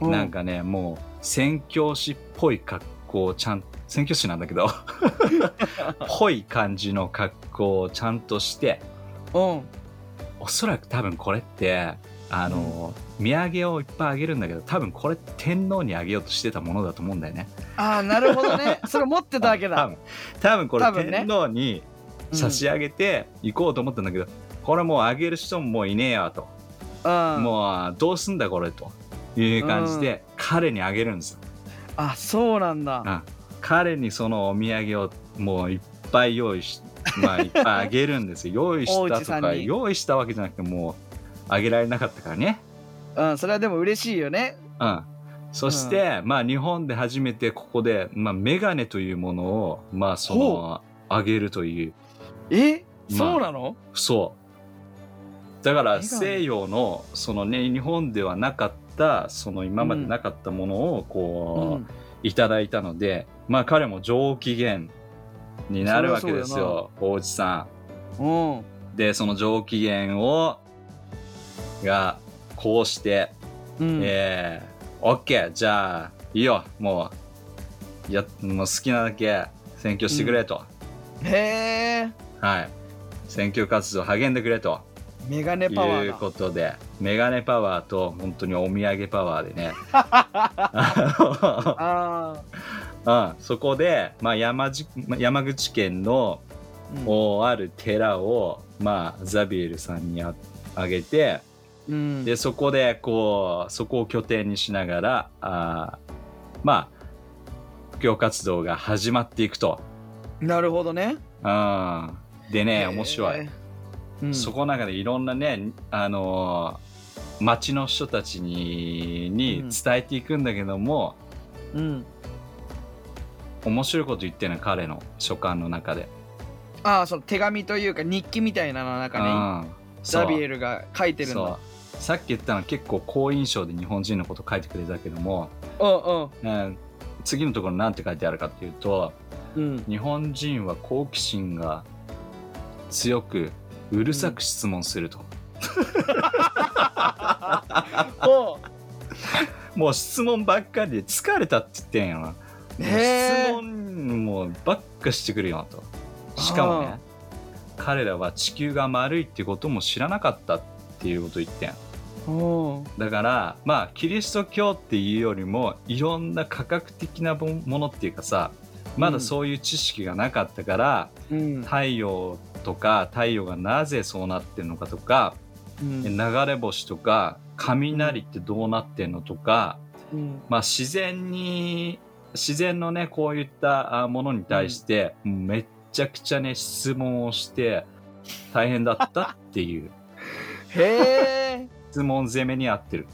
Speaker 2: うん
Speaker 1: なんかねもう宣教師っぽい格好をちゃん宣教師なんだけど ぽい感じの格好をちゃんとして
Speaker 2: うん
Speaker 1: おそらく多分これってあの、土産をいっぱいあげるんだけど多分これ天皇にあげようとしてたものだと思うんだよね。
Speaker 2: ああなるほど ねそれ持ってたわけ
Speaker 1: 多
Speaker 2: だ
Speaker 1: 分多分これ
Speaker 2: 多分ね
Speaker 1: 天皇に差し上げて行こうと思ったんだけど、これもうあげる人ももういねえやと、
Speaker 2: うんうん
Speaker 1: もうどうすんだこれという感じで彼にあげるんですよ
Speaker 2: あそうなんだ
Speaker 1: あ彼にそのお土産をもういっぱい用意し、まあ、いっぱいあげるんですよ用意し
Speaker 2: 大
Speaker 1: た
Speaker 2: 内
Speaker 1: と
Speaker 2: さん
Speaker 1: か
Speaker 2: に
Speaker 1: 用意したわけじゃなくてもうあげられなかったからね、
Speaker 2: うんそれはでも嬉しいよね
Speaker 1: うん、そして、まあ日本で初めてここで、まあ、メガネというものをまあそ
Speaker 2: ほ
Speaker 1: のあげるという
Speaker 2: え
Speaker 1: まあ
Speaker 2: そうなの
Speaker 1: そうだか
Speaker 2: メガ
Speaker 1: ら
Speaker 2: ネ
Speaker 1: 西洋のそのね日本ではなかったその今までなかったものをこう、
Speaker 2: うん
Speaker 1: いただいたので、まあ彼も上機嫌になるわけです
Speaker 2: そりゃそう
Speaker 1: よ、大内さ
Speaker 2: うん
Speaker 1: ん。で、その上機嫌を、が、こうして、
Speaker 2: うん
Speaker 1: えー、OK、じゃあ、いいよ、もう、や、もう好きなだけ選挙してくれと。
Speaker 2: へえ
Speaker 1: はい。選挙活動励んでくれと
Speaker 2: メガネ
Speaker 1: い
Speaker 2: パワ
Speaker 1: う
Speaker 2: ーだ
Speaker 1: ことで、メガネパワーと本当にお土産パワーで ね。あの
Speaker 2: あ
Speaker 1: うん、そこで、まあ、山じ山口県の
Speaker 2: ーうん
Speaker 1: おある寺を、まあ、ザビエルさんにああげて、
Speaker 2: うん
Speaker 1: でそこでこうそこを拠点にしながらあーまあ布教活動が始まっていくと。
Speaker 2: なるほどね。
Speaker 1: うん、でね面白い、
Speaker 2: へー。うん、
Speaker 1: そこの中でいろんなねあのー町の人たちにに
Speaker 2: うん
Speaker 1: 伝えていくんだけども、
Speaker 2: うん、
Speaker 1: 面白いこと言ってるの彼の書簡の中で。
Speaker 2: ああ、その手紙というか日記みたいなのの中に、
Speaker 1: うん
Speaker 2: ザビ
Speaker 1: そう
Speaker 2: エルが書いてるん
Speaker 1: そ
Speaker 2: だ。
Speaker 1: うさっき言ったのは結構好印象で日本人のこと書いてくれたけども、
Speaker 2: うん
Speaker 1: うん次のところなんて書いてあるかっていうと
Speaker 2: うん。うん。
Speaker 1: 日本人は好奇心が強くうるさく質問すると、
Speaker 2: おう
Speaker 1: もう質問ばっかりで疲れたって言ってんやな
Speaker 2: へー
Speaker 1: 質問もうばっかしてくるよとしかも
Speaker 2: あー
Speaker 1: ね彼らは地球が丸いってことも知らなかったっていうこと言ってん
Speaker 2: おう
Speaker 1: だからまあキリスト教っていうよりもいろんな科学的なもものっていうかさまだそういう知識がなかったから、
Speaker 2: うん。
Speaker 1: 太陽とか太陽がなぜそうなってるのかとか、
Speaker 2: うん。
Speaker 1: 流れ星とか雷ってどうなってんのとか、
Speaker 2: うん。
Speaker 1: まあ、自然に自然のねこういったあものに対してめっちゃくちゃね質問をして大変だったっていう
Speaker 2: へえ。
Speaker 1: 質問攻めに合ってる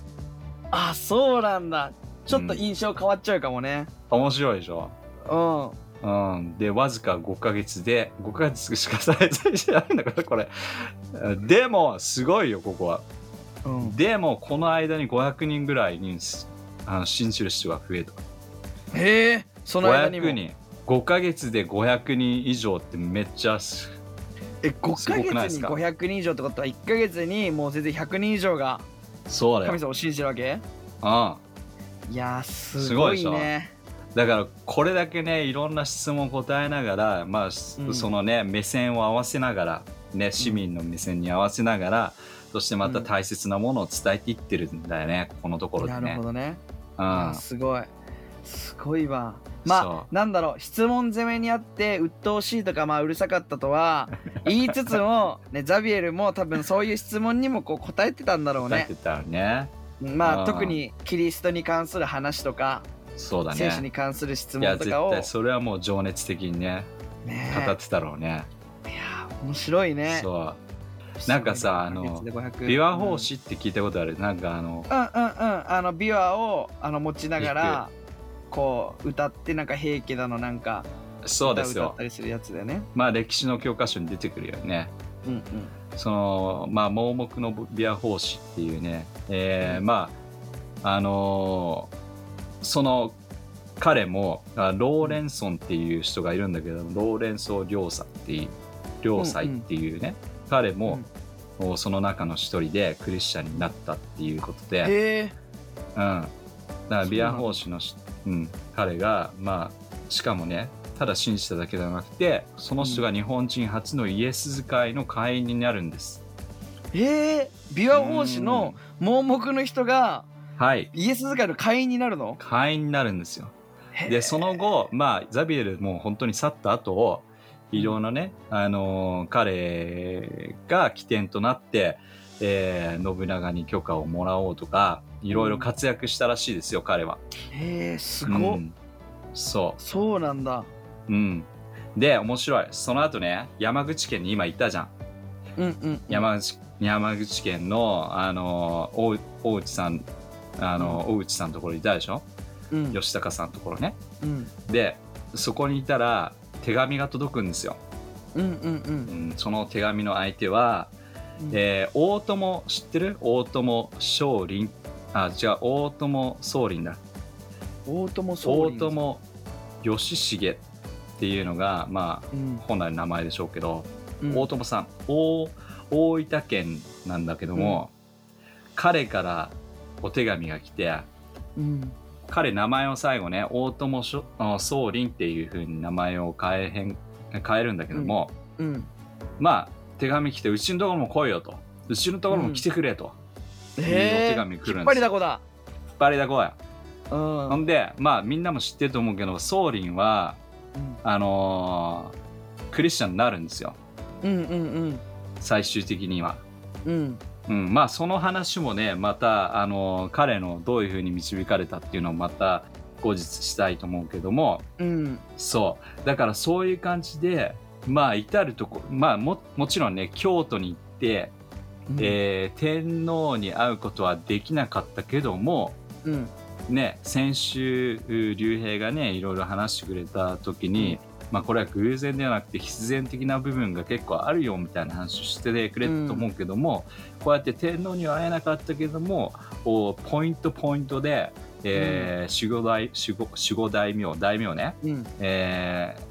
Speaker 2: あ、そうなんだ。ちょっと印象変わっちゃうかもね。
Speaker 1: 面白いでしょ
Speaker 2: うん。
Speaker 1: うん、でわずか5ヶ月で5ヶ月しか再生してないんだからこれでもすごいよここは
Speaker 2: うん。
Speaker 1: でもこの間に500人ぐらいにあの信じる人が増えた
Speaker 2: へえ。その間にも
Speaker 1: 500。人5ヶ月で500人以上ってめっちゃす
Speaker 2: え、
Speaker 1: すご
Speaker 2: 5
Speaker 1: くないで
Speaker 2: ヶ月
Speaker 1: す
Speaker 2: に
Speaker 1: か
Speaker 2: 500人以上ってことは、1ヶ月にもう全然100人以上が
Speaker 1: そうだよ、う
Speaker 2: 神
Speaker 1: ん、
Speaker 2: 様を信じてるわけ
Speaker 1: だ
Speaker 2: いやー、すごい
Speaker 1: すごいで
Speaker 2: ね。
Speaker 1: からこれだけねいろんな質問答えながらまあ、す
Speaker 2: うん
Speaker 1: そのね目線を合わせながらね市民の目線に合わせながら、そしてまた大切なものを伝えていってるんだよね、ここのところで
Speaker 2: な
Speaker 1: ね
Speaker 2: るほどね。
Speaker 1: うん
Speaker 2: あすごいすごいわま
Speaker 1: そ
Speaker 2: あなんだろう質問攻めにあって鬱陶しいとかまあうるさかったと は言いつつも、ね、ザビエルも多分そういう質問にもこう答えてたんだろう
Speaker 1: だっ
Speaker 2: ね
Speaker 1: てたらね
Speaker 2: ま
Speaker 1: あー
Speaker 2: あ特にキリストに関する話とか、
Speaker 1: そうだ
Speaker 2: 聖書に
Speaker 1: ね
Speaker 2: 関する質
Speaker 1: いや
Speaker 2: 問と
Speaker 1: 絶
Speaker 2: かを
Speaker 1: 対それはもう情熱的にね
Speaker 2: ね
Speaker 1: 語ってたろうね、
Speaker 2: いやー面白いね
Speaker 1: そう
Speaker 2: すごい
Speaker 1: なんかさあの
Speaker 2: 1ヶ月で
Speaker 1: 琵
Speaker 2: 500
Speaker 1: 琶法師って聞いたことある、なんかあの
Speaker 2: うんうんうんあの琵琶をあの持ちながらこう歌ってなんか平家だのなんか
Speaker 1: そうです
Speaker 2: 歌歌
Speaker 1: よ
Speaker 2: ったりするやつだよね
Speaker 1: まあ歴史の教科書に出てくるよね
Speaker 2: うんうん
Speaker 1: そのまあ盲目の琵琶法師っていうね、えー
Speaker 2: うん
Speaker 1: まああのーその彼もあローレンソンっていう人がいるんだけどローレンソン良さっていう良妻っていうね、彼も、その中の一人でクリスチャンになったっていうことで、
Speaker 2: へえ
Speaker 1: うん、だからビア法師のし、うん、彼が、まあ、しかもねただ信じただけではなくてその人が日本人初のイエス会の会員になるんです、
Speaker 2: へえ琵琶法師の盲目の人が
Speaker 1: はい
Speaker 2: イエス使いの会員になるの
Speaker 1: 会員になるんですよでその後、まあ、ザビエルも本当に去った後を非常なね、あのー彼が起点となって、えー信長に許可をもらおうとかいろいろ活躍したらしいですよ、彼は。
Speaker 2: へえすご
Speaker 1: う
Speaker 2: っ、
Speaker 1: んそう
Speaker 2: そうなんだ
Speaker 1: うん。で、面白い。その後ね、山口県に今行ったじゃん。
Speaker 2: うんうん
Speaker 1: 山口山口県の、あのー、大大内さん、あのー、大内さんのところにいたでしょ、
Speaker 2: うん
Speaker 1: 吉高さんのところね。
Speaker 2: うん
Speaker 1: で、そこにいたら、手紙が届くんですよ。
Speaker 2: うんうんう
Speaker 1: うんん、その手紙の相手は、
Speaker 2: うん
Speaker 1: えー大友、知ってる大友松林。あ、違う、大友宗林だ。
Speaker 2: 大友総
Speaker 1: 大
Speaker 2: 理
Speaker 1: 友義重っていうのが、まあ、
Speaker 2: うん
Speaker 1: 本来の名前でしょうけど、
Speaker 2: うん
Speaker 1: 大友さん大大分県なんだけども、彼からお手紙が来て
Speaker 2: うん
Speaker 1: 彼名前を最後ね大友しょあ宗林っていう風に名前を変えへん変えるんだけども、
Speaker 2: うん
Speaker 1: まあ手紙来てうちのところも来いよとうちのところも来てくれと、いいお手紙来るんですよ
Speaker 2: 引っ張りだこだ
Speaker 1: 引っ張りだこや、
Speaker 2: う
Speaker 1: ほ
Speaker 2: ん
Speaker 1: んでまあみんなも知ってると思うけど宗林は
Speaker 2: うん
Speaker 1: あのークリスチャンになるんですよ
Speaker 2: うんうん
Speaker 1: 最終的には
Speaker 2: うん
Speaker 1: うん、まあその話もねまたあの彼のどういうふうに導かれたっていうのをまた後日したいと思うけども
Speaker 2: うん
Speaker 1: そうだからそういう感じでまあ至るとこまあももちろんね京都に行って、えー天皇に会うことはできなかったけども
Speaker 2: うん
Speaker 1: ね先週う竜兵がねいろいろ話してくれた時に、まあ、これは偶然ではなくて必然的な部分が結構あるよみたいな話をしてくれたと思うけども、こうやって天皇には会えなかったけどもおポイントポイントで、えー守護大守護守護大名大名ね、
Speaker 2: うん
Speaker 1: えー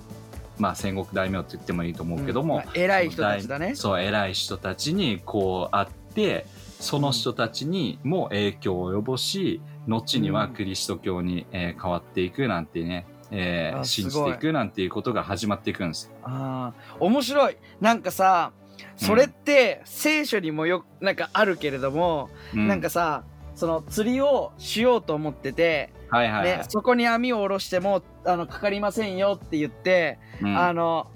Speaker 1: まあ、戦国大名って言ってもいいと思うけども、
Speaker 2: まあ偉い人たちだね
Speaker 1: そう偉い人たちにこう会ってその人たちにも影響を及ぼし、後にはキリスト教に、えー変わっていくなんてね、えー
Speaker 2: あ
Speaker 1: 信
Speaker 2: す
Speaker 1: じ
Speaker 2: ご
Speaker 1: て
Speaker 2: い
Speaker 1: いくなんていうことが始まっていくんですよ。
Speaker 2: ああ面白いなんかさそれって聖書にもよなんかあるけれども、
Speaker 1: う
Speaker 2: なんかさその釣りをしようと思ってて、
Speaker 1: はいはいはい
Speaker 2: ね、そこに網を下ろしてもあのかかりませんよって言って、
Speaker 1: うん
Speaker 2: あの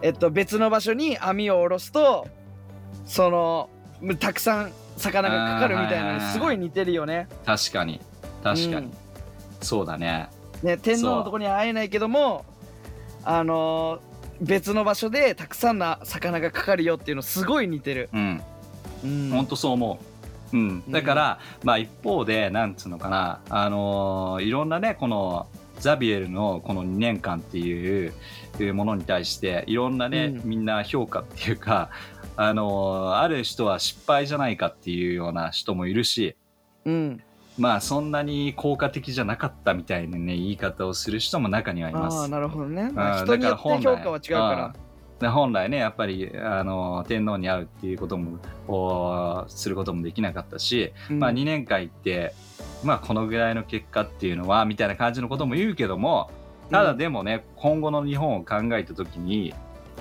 Speaker 2: えっと別の場所に網を下ろすとそのむたくさん魚がかかるみたい
Speaker 1: あーはいはい
Speaker 2: な
Speaker 1: はい
Speaker 2: すごい似てるよね。
Speaker 1: 確かに確かに、
Speaker 2: うん
Speaker 1: そうだね。
Speaker 2: ね、天皇
Speaker 1: そ
Speaker 2: の
Speaker 1: う
Speaker 2: とこには会えないけどもあの別の場所でたくさんな魚がかかるよっていうのすごい似てる。
Speaker 1: うん
Speaker 2: うん
Speaker 1: 本当そう思う。うん、だから、まあ一方でなんつうのかな、あのーいろんなねこのザビエルのこの2年間っていういうものに対していろんなね、
Speaker 2: う
Speaker 1: みんな評価っていうか、あのーある人は失敗じゃないかっていうような人もいるし
Speaker 2: うん
Speaker 1: まあそんなに効果的じゃなかったみたいなね言い方をする人も中にはいま
Speaker 2: ああ
Speaker 1: す。
Speaker 2: なるほどね、
Speaker 1: う
Speaker 2: まあ、
Speaker 1: ん
Speaker 2: 人によ
Speaker 1: だ
Speaker 2: っ
Speaker 1: か
Speaker 2: て
Speaker 1: ら本来
Speaker 2: 評価は違うか
Speaker 1: で本来ねやっぱり、あのー天皇に会うっていうこともこうすることもできなかったし、
Speaker 2: ら、うん
Speaker 1: まあ、2年間行って、まあ、このぐらいの結果っていうのはみたいな感じのことも言うけどもただでもね、今後の日本を考えた時に、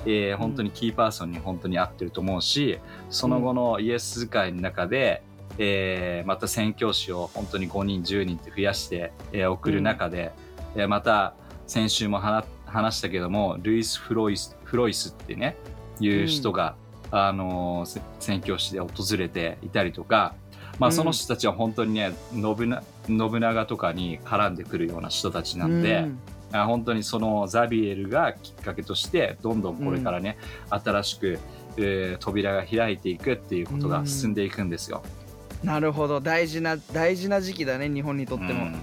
Speaker 1: えー本当にキーパーソンに本当に合ってると思うしその後のイエス会の中で、えーまた宣教師を本当に5人10人って増やして、えー送る中で、えーまた先週も話話したけどもルイス・フロイスフロイスってねいう人が、あのーせ宣教師で訪れていたりとか、まあ、
Speaker 2: うん
Speaker 1: その人たちは本当にね信な信長とかに絡んでくるような人たち
Speaker 2: う
Speaker 1: なんで。
Speaker 2: うん
Speaker 1: あ本当にそのザビエルがきっかけとしてどんどんこれからね、新しく、えー扉が開いていくっていうことが進んでいくんですよ。
Speaker 2: なるほど大事な大事な時期だね日本にとって
Speaker 1: う
Speaker 2: も、
Speaker 1: ん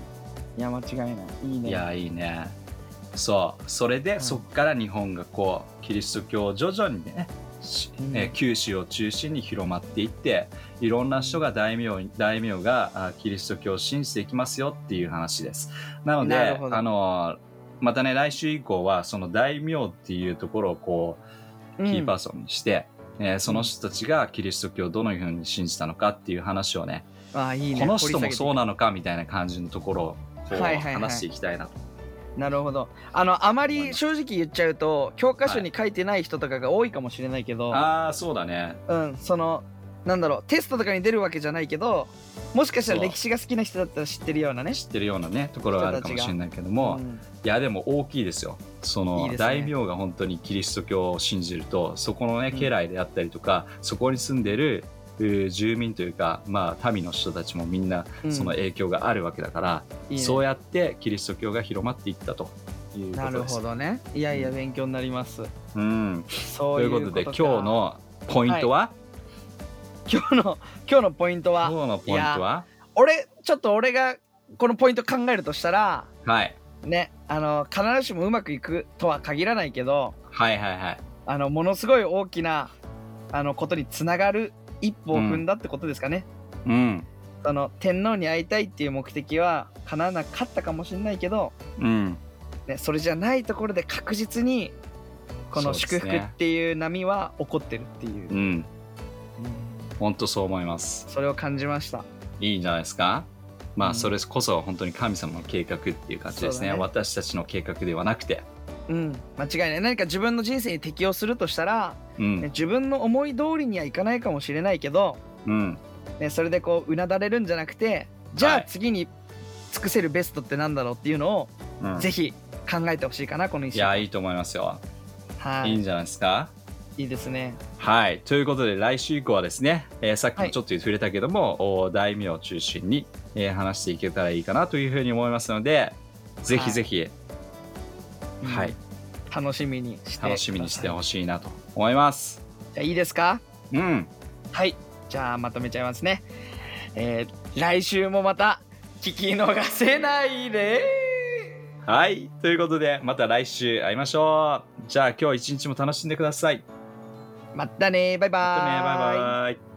Speaker 2: いや間違いないいいね
Speaker 1: いやいいね。そうそれで、
Speaker 2: ん
Speaker 1: そこから日本がこうキリスト教を徐々にね、し
Speaker 2: うん
Speaker 1: えー九州を中心に広まっていっていろんな人が大名大名があキリスト教を信じていきますよっていう話です。なので
Speaker 2: なるほど
Speaker 1: あのまたね来週以降はその大名っていうところをこう
Speaker 2: う
Speaker 1: キー
Speaker 2: ん
Speaker 1: パーソンにして、えーその人たちがキリスト教をどのように信じたのかっていう話をね
Speaker 2: ああいいね
Speaker 1: この人もそううなのかみたいな感じのところをこう
Speaker 2: はいはいはい
Speaker 1: 話していきたいなと。
Speaker 2: なるほどあのあまり正直言っちゃうと教科書に書いてない人とかが多いかもしれないけど、
Speaker 1: ああそうだね。
Speaker 2: うんそのなんだろうテストとかに出るわけじゃないけどもしかしたら
Speaker 1: そう
Speaker 2: 歴史が好きな人だったら知ってるようなね
Speaker 1: 知ってるようなねところはあるかもしれないけども、
Speaker 2: うん
Speaker 1: いやでも大きいですよその
Speaker 2: いいですね
Speaker 1: 大名が本当にキリスト教を信じるとそこのね
Speaker 2: うん
Speaker 1: 家来であったりとか、そこに住んでるうー住民というか、まあ、民の人たちもみんな
Speaker 2: うん
Speaker 1: その影響があるわけだから、
Speaker 2: いいね
Speaker 1: そうやってキリスト教が広まっていったというこ
Speaker 2: な
Speaker 1: と
Speaker 2: る
Speaker 1: です
Speaker 2: ほ。どねいやいや勉強になります、
Speaker 1: うん、と
Speaker 2: そう
Speaker 1: い
Speaker 2: いううこ
Speaker 1: ことと
Speaker 2: か
Speaker 1: で今日のポイントは、
Speaker 2: 今日の今日のポイントは
Speaker 1: 今日のポイントは
Speaker 2: 俺ちょっと俺がこのポイント考えるとしたら
Speaker 1: はい
Speaker 2: ねあの必ずしもうまくいくとは限らないけど
Speaker 1: はいはいはい
Speaker 2: あのものすごい大きなあのことにつながる一歩を踏んだってことですかね、
Speaker 1: うん
Speaker 2: その天皇に会いたいっていう目的は叶わなかったかもしれないけど、
Speaker 1: うん
Speaker 2: ね、それじゃないところで確実にこの
Speaker 1: そう
Speaker 2: 祝
Speaker 1: です
Speaker 2: 福
Speaker 1: ね
Speaker 2: っていう波は起こってるっていう
Speaker 1: うん
Speaker 2: うん
Speaker 1: 本当そう思います
Speaker 2: それを感じました
Speaker 1: いいんじゃないですかまあ、
Speaker 2: うん
Speaker 1: それこそ本当に神様の計画っていう感じですね
Speaker 2: そうだね
Speaker 1: 私たちの計画ではなくて
Speaker 2: うん間違いない何か自分の人生に適応するとしたら、
Speaker 1: う
Speaker 2: ね、
Speaker 1: ん
Speaker 2: 自分の思い通りにはいかないかもしれないけど、
Speaker 1: うん
Speaker 2: ね、それでこううなだれるんじゃなくてじゃ
Speaker 1: は
Speaker 2: あ
Speaker 1: い
Speaker 2: 次に尽くせるベストってなんだろうっていうのを、
Speaker 1: うん
Speaker 2: ぜひ考えてほしいかなこの一
Speaker 1: い
Speaker 2: 週間
Speaker 1: やいいと思いますよ
Speaker 2: はい
Speaker 1: い
Speaker 2: い
Speaker 1: んじゃないですか
Speaker 2: いいいですね。
Speaker 1: はい。ということで、来週以降はですね、えーさっき
Speaker 2: は
Speaker 1: も
Speaker 2: い
Speaker 1: ちょっと触れたけども、お大名を中心に、えー話していけたらいいかなというふうに思いますので、ぜひぜひ、
Speaker 2: うん
Speaker 1: はい、
Speaker 2: 楽しみにして
Speaker 1: 楽しみにして
Speaker 2: くださ
Speaker 1: ほしいなと思います。
Speaker 2: いじゃあいいですか
Speaker 1: うん。
Speaker 2: はい。じゃあまとめちゃいますね。えー来週もまた聞き逃せないで。
Speaker 1: はい。ということで、また来週会いましょう。じゃあ今日一日も楽しんでください。
Speaker 2: またねバイバ
Speaker 1: ま
Speaker 2: ーイ。
Speaker 1: たねバイバイ。